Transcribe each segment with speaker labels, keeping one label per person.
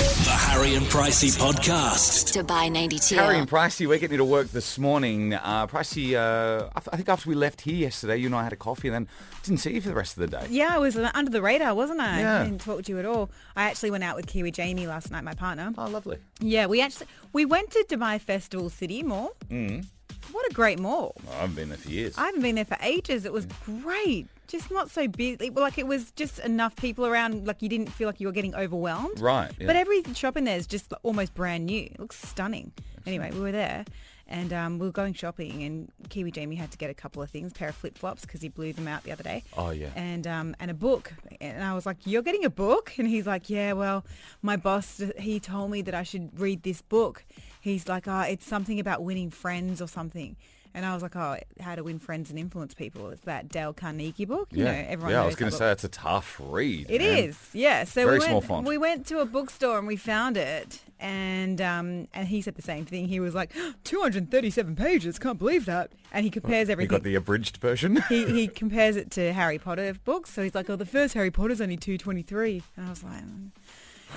Speaker 1: Harry and Pricey podcast.
Speaker 2: Dubai 92.
Speaker 3: Harry and Pricey, we're getting you to work this morning. Uh, Pricey, uh, I, th- I think after we left here yesterday, you and I had a coffee and then didn't see you for the rest of the day.
Speaker 4: Yeah, I was under the radar, wasn't I?
Speaker 3: Yeah.
Speaker 4: I didn't talk to you at all. I actually went out with Kiwi Jamie last night, my partner.
Speaker 3: Oh, lovely.
Speaker 4: Yeah, we actually we went to Dubai Festival City Mall. Mm. What a great mall!
Speaker 3: Well, I've been there for years.
Speaker 4: I haven't been there for ages. It was
Speaker 3: Mm.
Speaker 4: great, just not so busy. Well, Like it was just enough people around. Like you didn't feel like you were getting overwhelmed.
Speaker 3: Right, yeah.
Speaker 4: But every shop in there is just almost brand new. It looks stunning. Anyway, we were there. And um, we were going shopping, and Kiwi Jamie had to get a couple of things, pair of flip flops, because he blew them out the other day.
Speaker 3: Oh, yeah.
Speaker 4: and um, and a book. And I was like, "You're getting a book?" And he's like, "Yeah, well, my boss he told me that I should read this book." He's like, "Oh, it's something about winning friends or something." And I was like, "Oh, how to win friends and influence people?" It's that Dale Carnegie book. You know, everyone.
Speaker 3: yeah, I
Speaker 4: knows
Speaker 3: was going to
Speaker 4: that
Speaker 3: say
Speaker 4: book.
Speaker 3: that's a tough read.
Speaker 4: It is,
Speaker 3: man.
Speaker 4: yeah. So
Speaker 3: Very
Speaker 4: we went,
Speaker 3: small font.
Speaker 4: we went to a bookstore and we found it, and um, and he said the same thing. He was like, "237 pages, can't believe that." And he compares
Speaker 3: You
Speaker 4: everything
Speaker 3: got the abridged version.
Speaker 4: he, he compares it to Harry Potter books. So he's like, oh, the first Harry Potter's only 223. And I was like, mm.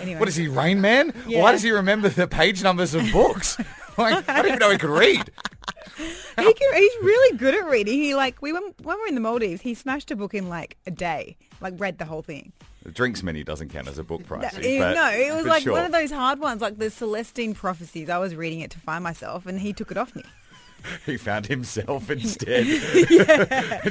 Speaker 4: anyway.
Speaker 3: what is he, Rain Man? Why
Speaker 4: Yeah.
Speaker 3: does he remember the page numbers of books? like, I don't even know he could read.
Speaker 4: He can, he's really good at reading. He like, we went, when we were in the Maldives, he smashed a book in like a day, like read the whole thing.
Speaker 3: The drinks menu doesn't count as a book, Pricey.
Speaker 4: That- eh,
Speaker 3: but-
Speaker 4: no, it was
Speaker 3: but
Speaker 4: like
Speaker 3: sure.
Speaker 4: one of those hard ones, like the Celestine Prophecies. I was reading it to find myself and he took it off me.
Speaker 3: He found himself instead.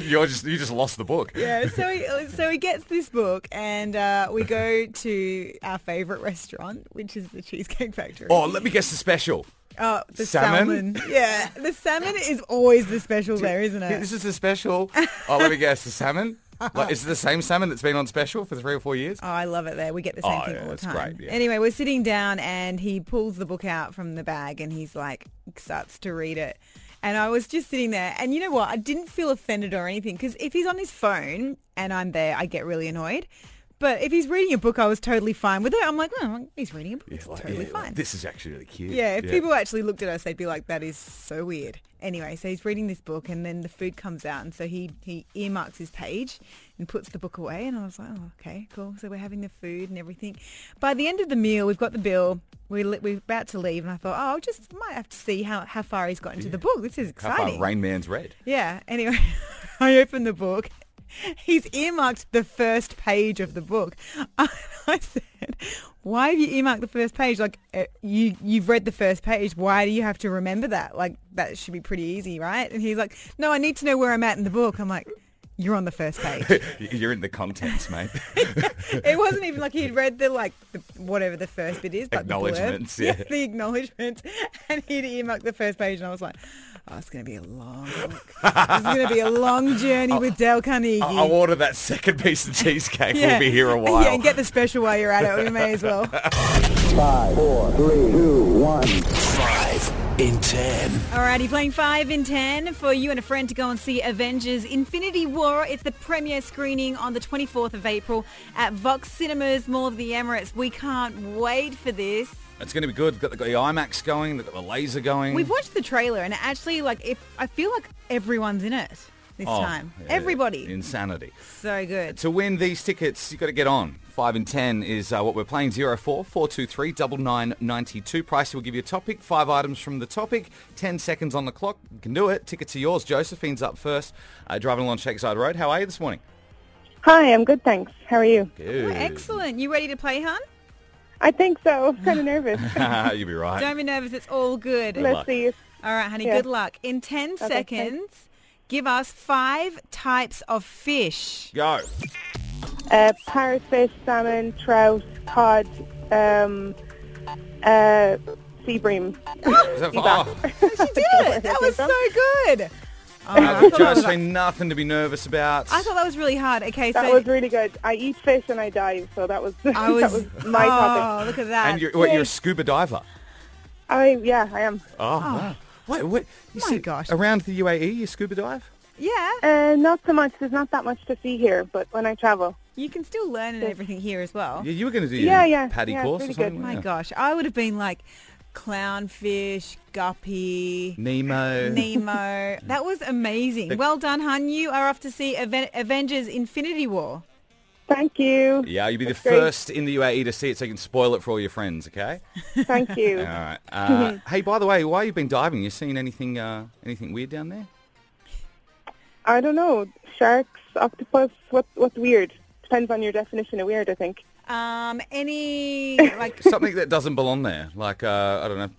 Speaker 3: You're just, you just lost the book.
Speaker 4: Yeah, so he, uh, so he gets this book and uh, we go to our favourite restaurant, which is the Cheesecake Factory.
Speaker 3: Oh, let me guess the special.
Speaker 4: Oh, the
Speaker 3: Salmon?
Speaker 4: salmon. Yeah, the salmon is always the special there, isn't
Speaker 3: Yeah,
Speaker 4: it?
Speaker 3: This is the special. Oh, let me guess, the salmon. Like, is it the same salmon that's been on special for three or four years?
Speaker 4: Oh, I love it there. We get the same
Speaker 3: Oh,
Speaker 4: thing
Speaker 3: yeah,
Speaker 4: all the
Speaker 3: it's
Speaker 4: time.
Speaker 3: great, yeah.
Speaker 4: Anyway, we're sitting down and he pulls the book out from the bag and he's like, starts to read it. And I was just sitting there and you know what? I didn't feel offended or anything because if he's on his phone and I'm there, I get really annoyed. But if he's reading a book, I was totally fine with it. I'm like, oh, he's reading a book. it's
Speaker 3: Like,
Speaker 4: totally
Speaker 3: yeah,
Speaker 4: fine.
Speaker 3: This is actually really cute.
Speaker 4: Yeah, if people actually looked at us, they'd be like, "That is so weird." Anyway, so he's reading this book, and then the food comes out, and so he he earmarks his page and puts the book away. And I was like, "Oh, okay, cool." So we're having the food and everything. By the end of the meal, we've got the bill. We're li- we're about to leave, and I thought, "Oh, I'll just might have to see how how far he's got into the book. This is
Speaker 3: How
Speaker 4: exciting."
Speaker 3: far Rain Man's read.
Speaker 4: Yeah. Anyway, I opened the book. He's earmarked the first page of the book. I, said, "Why have you earmarked the first page? Like eh, you you've read the first page. Why do you have to remember that? Like that should be pretty easy, right?" And he's like, "No, I need to know where I'm at in the book." I'm like, "You're on the first page."
Speaker 3: You're in the contents, mate.
Speaker 4: it wasn't even like he'd read the like the, whatever the first bit is, like the blurb.
Speaker 3: Acknowledgements, yeah.
Speaker 4: the acknowledgements, and he'd earmarked the first page, and I was like, "Oh, it's going to be a long, book. this is going to be a long journey with Dale Carnegie."
Speaker 3: Oh, I- I'll order that second piece of cheesecake.
Speaker 4: Yeah.
Speaker 3: We'll be here a while.
Speaker 4: Yeah, and get the special while you're at it. We may as well.
Speaker 5: Five, four, three, two, one.
Speaker 1: Five in ten.
Speaker 4: Alrighty, playing 5 in 10 for you and a friend to go and see Avengers Infinity War. It's the premiere screening on the 24th of April at Vox Cinemas Mall of the Emirates. We can't wait for this.
Speaker 3: It's going to be good. They've got the, got the IMAX going. They've got the laser going.
Speaker 4: We've watched the trailer and it actually, like, if I feel like everyone's in it this
Speaker 3: Oh,
Speaker 4: time.
Speaker 3: yeah,
Speaker 4: Everybody.
Speaker 3: Insanity.
Speaker 4: so good.
Speaker 3: To win these tickets, you've got to get on. 5 and 10 is uh, what we're playing. 04 423 9992. Pricey will give you a topic, five items from the topic, 10 seconds on the clock. You can do it. Tickets are yours. Josephine's up first, uh, driving along Shakeside Road. How are you this morning?
Speaker 6: Hi, I'm good, thanks. How are you?
Speaker 4: Well, Oh, excellent. You ready to play, hon?
Speaker 6: I think so. I'm kind of nervous.
Speaker 3: You'll be right.
Speaker 4: Don't be nervous. It's all good.
Speaker 3: luck.
Speaker 6: Let's see.
Speaker 4: All right, honey,
Speaker 6: Yeah.
Speaker 4: good luck. In 10 seconds, give us five types of fish.
Speaker 3: Go.
Speaker 6: Uh, parrotfish, salmon, trout, cod, um, uh, sea bream.
Speaker 3: Is that oh,
Speaker 4: She did it. That was so good. Oh, I, thought that was, I
Speaker 3: Josephine, nothing to be nervous about.
Speaker 4: thought that was really hard. Okay,
Speaker 6: That
Speaker 4: so
Speaker 6: was really good. I eat fish and I dive, so that was
Speaker 4: I was,
Speaker 6: that was my
Speaker 4: oh,
Speaker 6: topic.
Speaker 4: look at that.
Speaker 3: and you're, what, you're a scuba diver.
Speaker 6: I yeah, I am.
Speaker 3: Oh, wow. Wait, what? You
Speaker 4: My
Speaker 3: said
Speaker 4: gosh.
Speaker 3: Around the UAE, you scuba dive?
Speaker 4: yeah,
Speaker 6: Uh, not so much. There's not that much to see here, but when I travel,
Speaker 4: you can still learn and everything here as well.
Speaker 3: Yeah, you were going to do
Speaker 6: Yeah,
Speaker 3: your
Speaker 6: yeah,
Speaker 3: paddy
Speaker 6: yeah,
Speaker 3: course
Speaker 6: pretty
Speaker 3: or something.
Speaker 6: good.
Speaker 4: My
Speaker 3: yeah.
Speaker 4: gosh, I would have been like clownfish, guppy,
Speaker 3: Nemo.
Speaker 4: Nemo. that was amazing. Well done, hun. You are off to see Aven- Avengers Infinity War.
Speaker 6: Thank you.
Speaker 3: Yeah, you'll be the
Speaker 6: That's great.
Speaker 3: first in the UAE to see it so you can spoil it for all your friends, okay?
Speaker 6: Thank you.
Speaker 3: All right. Uh, hey, by the way, while you've been diving, you seen anything uh, anything weird down there?
Speaker 6: I don't know. Sharks, octopus, what, what's weird? Depends on your definition of weird, I think.
Speaker 4: Um, any like
Speaker 3: Something that doesn't belong there, like, uh, I don't know.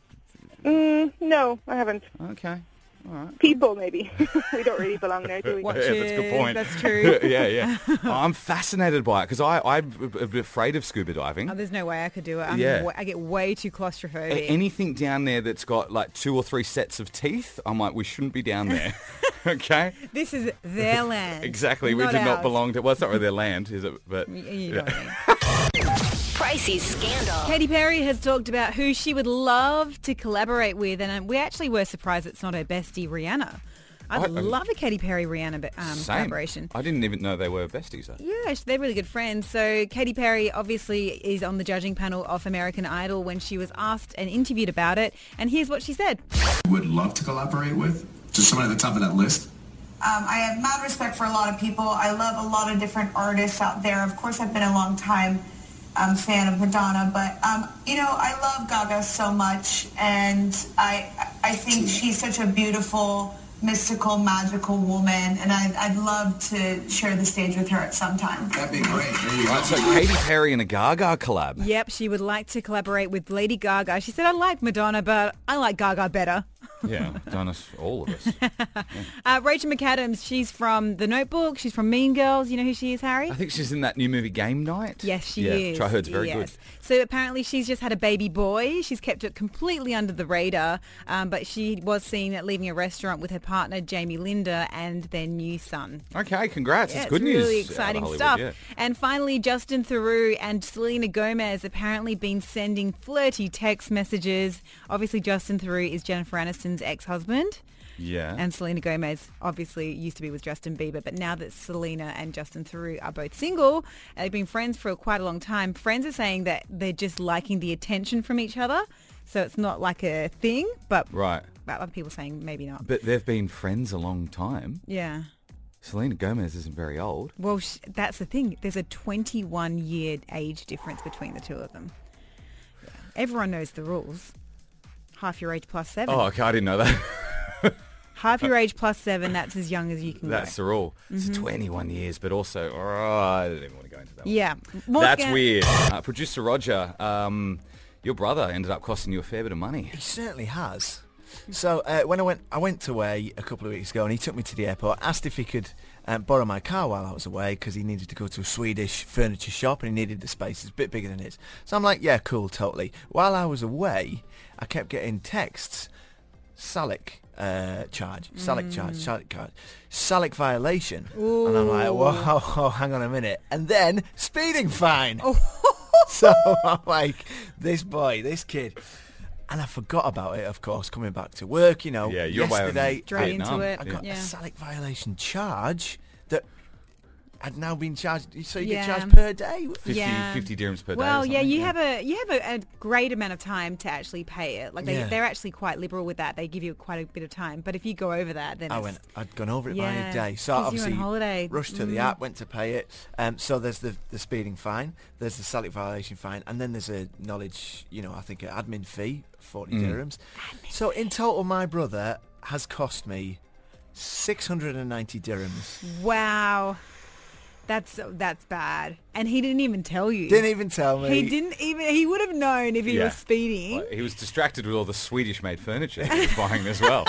Speaker 6: Mm, no, I haven't.
Speaker 3: Okay. All right.
Speaker 6: People, maybe. we don't really belong there, do we?
Speaker 4: What?
Speaker 3: Yeah, that's a good
Speaker 4: Cheers,
Speaker 3: point.
Speaker 4: that's true.
Speaker 3: yeah, yeah. I'm fascinated by it because I'm a bit afraid of scuba diving.
Speaker 4: Oh, there's no way I could do it. I'm
Speaker 3: Yeah.
Speaker 4: wa- I get way too
Speaker 3: A-
Speaker 4: claustrophobic.
Speaker 3: Anything down there that's got like two or three sets of teeth, I'm like, we shouldn't be down there. okay?
Speaker 4: this is their land.
Speaker 3: Exactly. we do
Speaker 4: ours.
Speaker 3: not belong to, well, it's not really their land, is it? But
Speaker 4: Y- You know what I mean.
Speaker 2: Pricey Scandal.
Speaker 4: Katy Perry has talked about who she would love to collaborate with, and um, we actually were surprised it's not her bestie Rihanna. I'd
Speaker 3: I- I-
Speaker 4: love a Katy Perry Rihanna ba- um,
Speaker 3: Same.
Speaker 4: collaboration.
Speaker 3: I didn't even know they were besties. though.
Speaker 4: Yeah, sh- they're really good friends. So Katy Perry obviously is on the judging panel of American Idol when she was asked and interviewed about it, and here's what she said.
Speaker 7: would love to collaborate with? Just someone at the top of that list?
Speaker 8: Um, I have mad respect for a lot of people. I love a lot of different artists out there. Of course, I've been a long time um, fan of Madonna, but um, you know, I love Gaga so much, and I I think she's such a beautiful, mystical, magical woman, and I'd, I'd love to share the stage with her at some time.
Speaker 7: That'd be great. There you go.
Speaker 3: Right, so Katy Perry and a Gaga collab.
Speaker 4: Yep, she would like to collaborate with Lady Gaga. She said, I like Madonna, but I like Gaga better.
Speaker 3: Yeah, done us all of us.
Speaker 4: Uh, Rachel McAdams, she's from The Notebook. She's from Mean Girls. You know who she is, Harry?
Speaker 3: I think she's in that new movie Game Night.
Speaker 4: Yes, she
Speaker 3: Uh, yeah,
Speaker 4: is.
Speaker 3: Which I heard's very
Speaker 4: Yes. So apparently she's just had a baby boy. She's kept it completely under the radar, um, but she was seen at leaving a restaurant with her partner, Jamie Linda, and their new son.
Speaker 3: good. Okay, congrats.
Speaker 4: Yeah,
Speaker 3: it's good
Speaker 4: it's
Speaker 3: news.
Speaker 4: Really
Speaker 3: out of
Speaker 4: exciting
Speaker 3: Hollywood,
Speaker 4: stuff.
Speaker 3: yeah.
Speaker 4: And finally, Justin Theroux and Selena Gomez apparently been sending flirty text messages. Obviously, Justin Theroux is Jennifer Aniston's ex-husband.
Speaker 3: Yeah.
Speaker 4: And Selena Gomez obviously used to be with Justin Bieber, but now that Selena and Justin Theroux are both single, and they've been friends for quite a long time. Friends are saying that they're just liking the attention from each other, so it's not like a thing. But
Speaker 3: right.
Speaker 4: but other people saying maybe not.
Speaker 3: But they've been friends a long time.
Speaker 4: yeah.
Speaker 3: Selena Gomez isn't very old.
Speaker 4: Well, sh- that's the thing. There's a 21 year age difference between the two of them. Everyone knows the rules. Half your age plus seven.
Speaker 3: Oh, okay, I didn't know that.
Speaker 4: Half your age plus seven. That's as young as you can
Speaker 3: That's
Speaker 4: go.
Speaker 3: the rule.
Speaker 4: Mm-hmm.
Speaker 3: It's 21 years, but also, oh, I didn't even want to go into that. one.
Speaker 4: Yeah. More
Speaker 3: That's
Speaker 4: scan-
Speaker 3: weird. Uh, Producer Roger, um, your brother ended up costing you a fair bit of money.
Speaker 9: He certainly has. So uh, when I went, I went away a couple of weeks ago, and he took me to the airport. Asked if he could um, borrow my car while I was away because he needed to go to a Swedish furniture shop and he needed the space. It's a bit bigger than his. So I'm like, yeah, cool, totally. While I was away, I kept getting texts, Salic uh, charge, Salic charge, Salic charge, Salic violation, and I'm like, whoa, hang on a minute, and then speeding fine. so I'm like, this boy, this kid. And I forgot about it, of course, coming back to work, you know.
Speaker 3: Yeah, you're away on
Speaker 9: Yesterday,
Speaker 4: Straight into
Speaker 3: Vietnam.
Speaker 4: it.
Speaker 9: I got
Speaker 4: Yeah.
Speaker 9: a salic violation charge that had now been charged. So you
Speaker 4: Yeah.
Speaker 9: get charged per day.
Speaker 3: 50,
Speaker 4: Yeah.
Speaker 3: 50 dirhams per day. or
Speaker 4: Well, yeah,
Speaker 3: something,
Speaker 4: you have a you have a, a great amount of time to actually pay it. Like they,
Speaker 9: Yeah.
Speaker 4: they're actually quite liberal with that. They give you quite a bit of time. But if you go over that, then
Speaker 9: I
Speaker 4: it's-
Speaker 9: went. I'd gone over it by
Speaker 4: Yeah,
Speaker 9: a day, so
Speaker 4: 'cause you were
Speaker 9: obviously
Speaker 4: on holiday. Mm.
Speaker 9: rushed to the app, went to pay it. Um, so there's the, the speeding fine, there's the salic violation fine, and then there's a knowledge, you know, I think an admin fee,
Speaker 4: Mm.
Speaker 9: forty dirhams. so in total, my brother has cost me six hundred and ninety dirhams.
Speaker 4: wow, that's that's bad. And he didn't even tell you.
Speaker 9: Didn't even tell me.
Speaker 4: He didn't even. He would have known if he
Speaker 3: Yeah.
Speaker 4: was speeding.
Speaker 3: Well, he was distracted with all the Swedish-made furniture he was buying as well.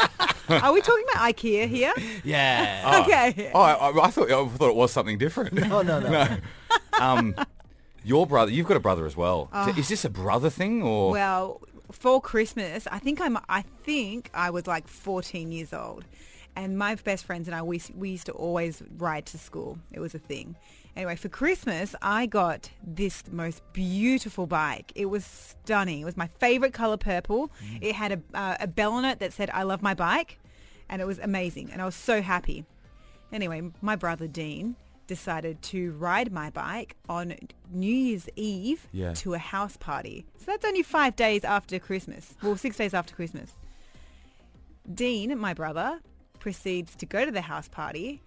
Speaker 4: Are we talking about IKEA here?
Speaker 9: Yeah.
Speaker 4: Okay.
Speaker 3: Oh, I, I, I thought I thought it was something different.
Speaker 9: Oh no no.
Speaker 3: Um, your brother, you've got a brother as well. Is this a brother thing or?
Speaker 4: Ah. Well, for Christmas, I think I'm. I think I was like 14 years old, and my best friends and I we, we used to always ride to school. It was a thing. Anyway, for Christmas, I got this most beautiful bike. It was stunning. It was my favorite color purple. It had a, uh, a bell on it that said "I love my bike," and it was amazing. And I was so happy. Anyway, my brother Dean decided to ride my bike on New Year's Eve
Speaker 3: Yeah.
Speaker 4: to a house party. So that's only five days after Christmas. Well, six days after Christmas. Dean, my brother, proceeds to go to the house party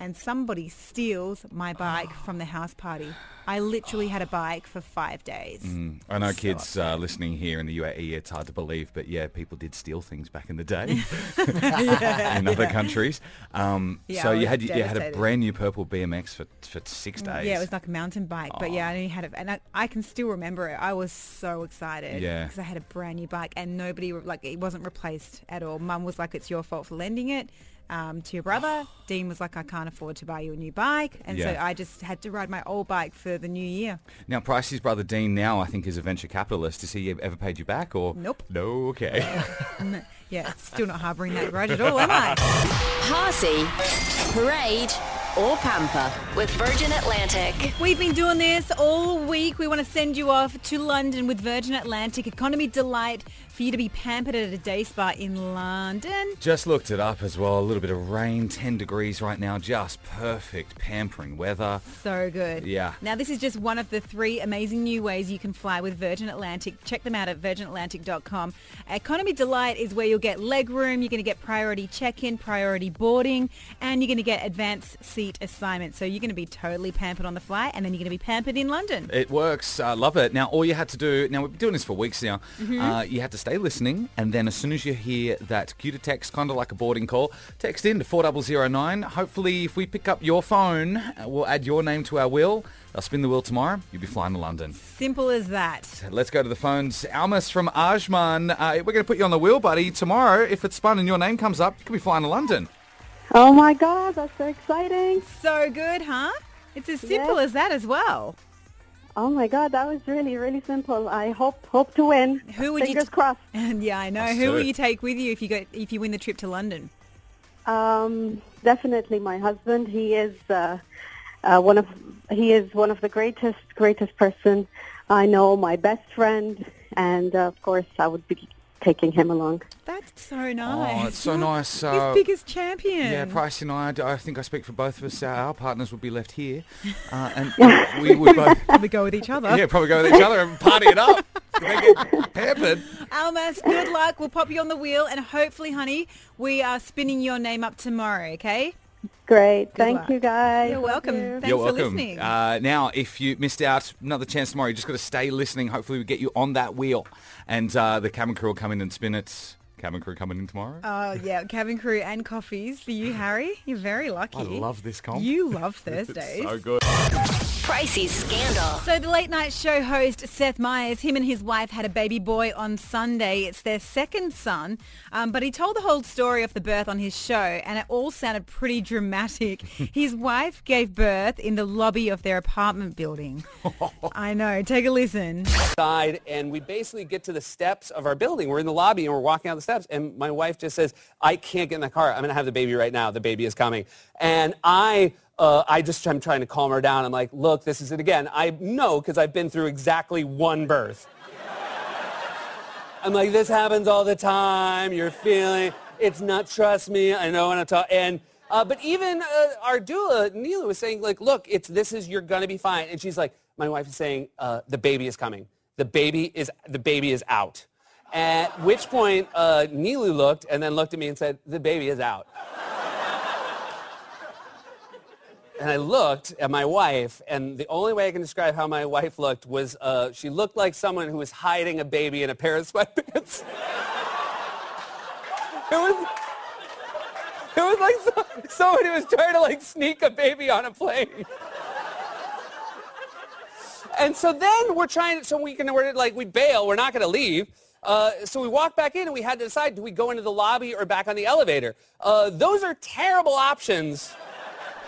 Speaker 4: and somebody steals my bike from the house party. I literally had a bike for five days.
Speaker 3: I know kids uh, listening here in the UAE, it's hard to believe, but yeah, people did steal things back in the day in other countries. Um,
Speaker 4: Yeah,
Speaker 3: so
Speaker 4: I
Speaker 3: you
Speaker 4: was
Speaker 3: had you had a
Speaker 4: devastated. Mm,
Speaker 3: brand new purple BMX for for six days.
Speaker 4: Yeah, it was like a mountain bike, but yeah, I only had it, and I, I can still remember it. I was so excited
Speaker 3: Yeah.
Speaker 4: because I had a brand new bike, and nobody re- like it wasn't replaced at all. Mum was like, "It's your fault for lending it um, to your brother." Dean was like, "I can't afford to buy you a new bike," and so
Speaker 3: Yeah.
Speaker 4: I just had to ride my old bike for the new year.
Speaker 3: Now, Pricey's brother Dean now, I think, is a venture capitalist. Has he ever paid you back or?
Speaker 4: Nope.
Speaker 3: No, okay.
Speaker 4: Yeah, still not harbouring that grudge at all, am I?
Speaker 2: Parsi, Parade, or Pamper with Virgin Atlantic.
Speaker 4: We've been doing this all week. We want to send you off to London with Virgin Atlantic Economy Delight for you to be pampered at a day spa in London.
Speaker 3: just looked it up as well. A little bit of rain, 10 degrees right now. Just perfect pampering weather.
Speaker 4: So good.
Speaker 3: Yeah.
Speaker 4: Now, this is just one of the three amazing new ways you can fly with Virgin Atlantic. Check them out at virginatlantic.com. Economy Delight is where you'll get leg room, you're going to get priority check-in, priority boarding, and you're going to get advanced seat assignment. So you're going to be totally pampered on the fly, and then you're going to be pampered in London.
Speaker 3: It works. I love it. Now, all you had to do, now we've been doing this for weeks now, uh, you had to stay listening, and then as soon as you hear that cue to text, kind of like a boarding call, text in to 4009. Hopefully, if we pick up your phone, uh, we'll add your name to our wheel. I'll spin the wheel tomorrow. You'll be flying to London.
Speaker 4: Simple as that.
Speaker 3: Let's go to the phones. Almas from Ajman. Uh, we're going to put you on the wheel, buddy. Tomorrow, if it's spun and your name comes up, you could be flying to London.
Speaker 6: Oh my god, that's so exciting.
Speaker 4: So good, huh? It's as simple
Speaker 6: Yes.
Speaker 4: as that as well.
Speaker 6: Oh my god, that was really, really simple. I hope hope to win.
Speaker 4: Who would you-
Speaker 6: Fingers crossed.
Speaker 4: And yeah, I know.
Speaker 3: Let's
Speaker 4: Who
Speaker 3: do
Speaker 4: will
Speaker 3: it.
Speaker 4: you take with you if you go if you win the trip to London?
Speaker 6: Um, definitely my husband. He is uh, uh, one of he is one of the greatest greatest person I know. My best friend, and uh, of course, I would be taking him along.
Speaker 4: That's so nice.
Speaker 3: Oh, it's so
Speaker 4: You're
Speaker 3: nice.
Speaker 4: His
Speaker 3: Uh,
Speaker 4: biggest champion.
Speaker 3: Yeah, Price and I, I d- I think I speak for both of us. Uh, our partners would be left here. Uh, and we would both,
Speaker 4: we go with each other.
Speaker 3: yeah, probably go with each other and party it up. They get pampered.
Speaker 4: Almas, good luck. We'll pop you on the wheel and hopefully, honey, we are spinning your name up tomorrow, okay?
Speaker 6: Great, thank
Speaker 4: luck.
Speaker 6: you guys.
Speaker 4: You're
Speaker 6: Love
Speaker 4: welcome.
Speaker 6: you.
Speaker 4: Thanks
Speaker 3: You're
Speaker 4: for
Speaker 3: welcome.
Speaker 4: listening.
Speaker 3: Uh, now, if you missed out, another chance tomorrow. You just got to stay listening. Hopefully, we get you on that wheel, and uh, the cabin crew will come in and spin it. Cabin crew coming in tomorrow.
Speaker 4: oh, yeah, cabin crew and coffees for you, Harry. You're very lucky.
Speaker 3: I love this comp.
Speaker 4: You love
Speaker 3: It's
Speaker 4: Thursdays.
Speaker 3: so good.
Speaker 2: Pricey Scandal.
Speaker 4: So the late night show host Seth Meyers, him and his wife had a baby boy on Sunday. It's their second son, um, but he told the whole story of the birth on his show, and it all sounded pretty dramatic. his wife gave birth in the lobby of their apartment building. I know. Take a listen.
Speaker 10: outside and we basically get to the steps of our building. We're in the lobby and we're walking out the steps and my wife just says, I can't get in the car. I'm going to have the baby right now. The baby is coming. And I, uh, I just, I'm trying to calm her down. I'm like, look, this is it again. I know because I've been through exactly one birth. I'm like, this happens all the time. You're feeling it's not trust me. I know when I'm talking. And uh, but even uh, our doula Neela was saying like, look, it's this is you're gonna be fine. And she's like, my wife is saying uh, the baby is coming. The baby is the baby is out. At which point uh, Neelu looked and then looked at me and said, the baby is out. and I looked at my wife, and the only way I can describe how my wife looked was uh, she looked like someone who was hiding a baby in a pair of sweatpants. it was. It was like so, someone who was trying to like sneak a baby on a plane. And so then we're trying, so we can, we're like, we bail, we're not going to leave. Uh, so we walk back in and we had to decide, do we go into the lobby or back on the elevator? Uh, those are terrible options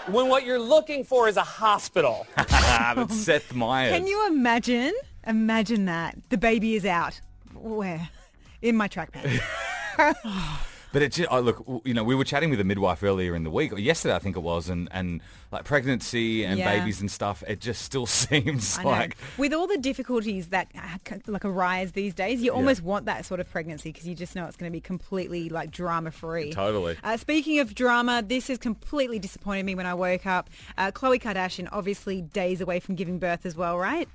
Speaker 10: when what you're looking for is a hospital.
Speaker 3: Ah, that's Seth Meyers.
Speaker 4: Can you imagine? Imagine that the baby is out. Where? In my trackpad.
Speaker 3: But it just, oh, look, w- you know, we were chatting with a midwife earlier in the week, or yesterday I think it was, and, and like pregnancy and
Speaker 4: Yeah.
Speaker 3: babies and stuff, it just still seems
Speaker 4: I know.
Speaker 3: like
Speaker 4: with all the difficulties that uh, c- like arise these days, you almost want that sort of pregnancy because you just know it's going to be completely like drama free.
Speaker 3: Totally.
Speaker 4: Uh, speaking of drama, this has completely disappointed me when I woke up. Uh, Khloe Kardashian, obviously days away from giving birth as well, right?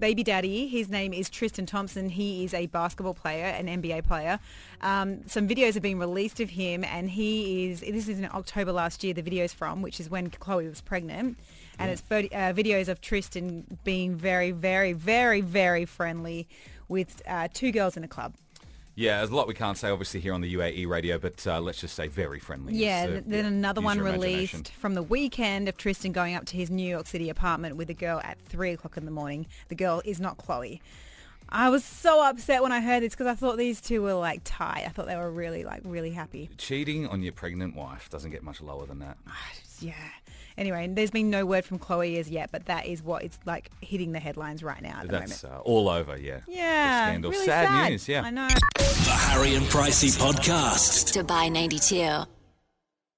Speaker 4: Baby daddy, his name is Tristan Thompson. He is a basketball player, an NBA player. Um, some videos have been released released of him, and he is. This is in October last year. The video's from, which is when Chloe was pregnant, and it's photo, uh, videos of Tristan being very, very, very, very friendly with uh, two girls in a club.
Speaker 3: Yeah, there's a lot we can't say, obviously, here on the UAE radio, but uh, let's just say very friendly.
Speaker 4: Yeah,
Speaker 3: It's, uh,
Speaker 4: th- then another
Speaker 3: use
Speaker 4: one
Speaker 3: your imagination.
Speaker 4: released from the weekend of Tristan going up to his New York City apartment with a girl at three o'clock in the morning. The girl is not Chloe. I was so upset when I heard this because I thought these two were like tied. I thought they were really like really happy.
Speaker 3: Cheating on your pregnant wife doesn't get much lower than that.
Speaker 4: Ah, Yeah. Anyway, there's been no word from Chloe as yet, but that is what it's like hitting the headlines right now at the moment.
Speaker 3: That's uh, all over, yeah.
Speaker 4: Yeah,
Speaker 3: The scandal.
Speaker 4: really
Speaker 3: sad,
Speaker 4: sad.
Speaker 3: news, yeah.
Speaker 4: I know.
Speaker 1: The Harry and Pricey Podcast.
Speaker 2: Dubai 92.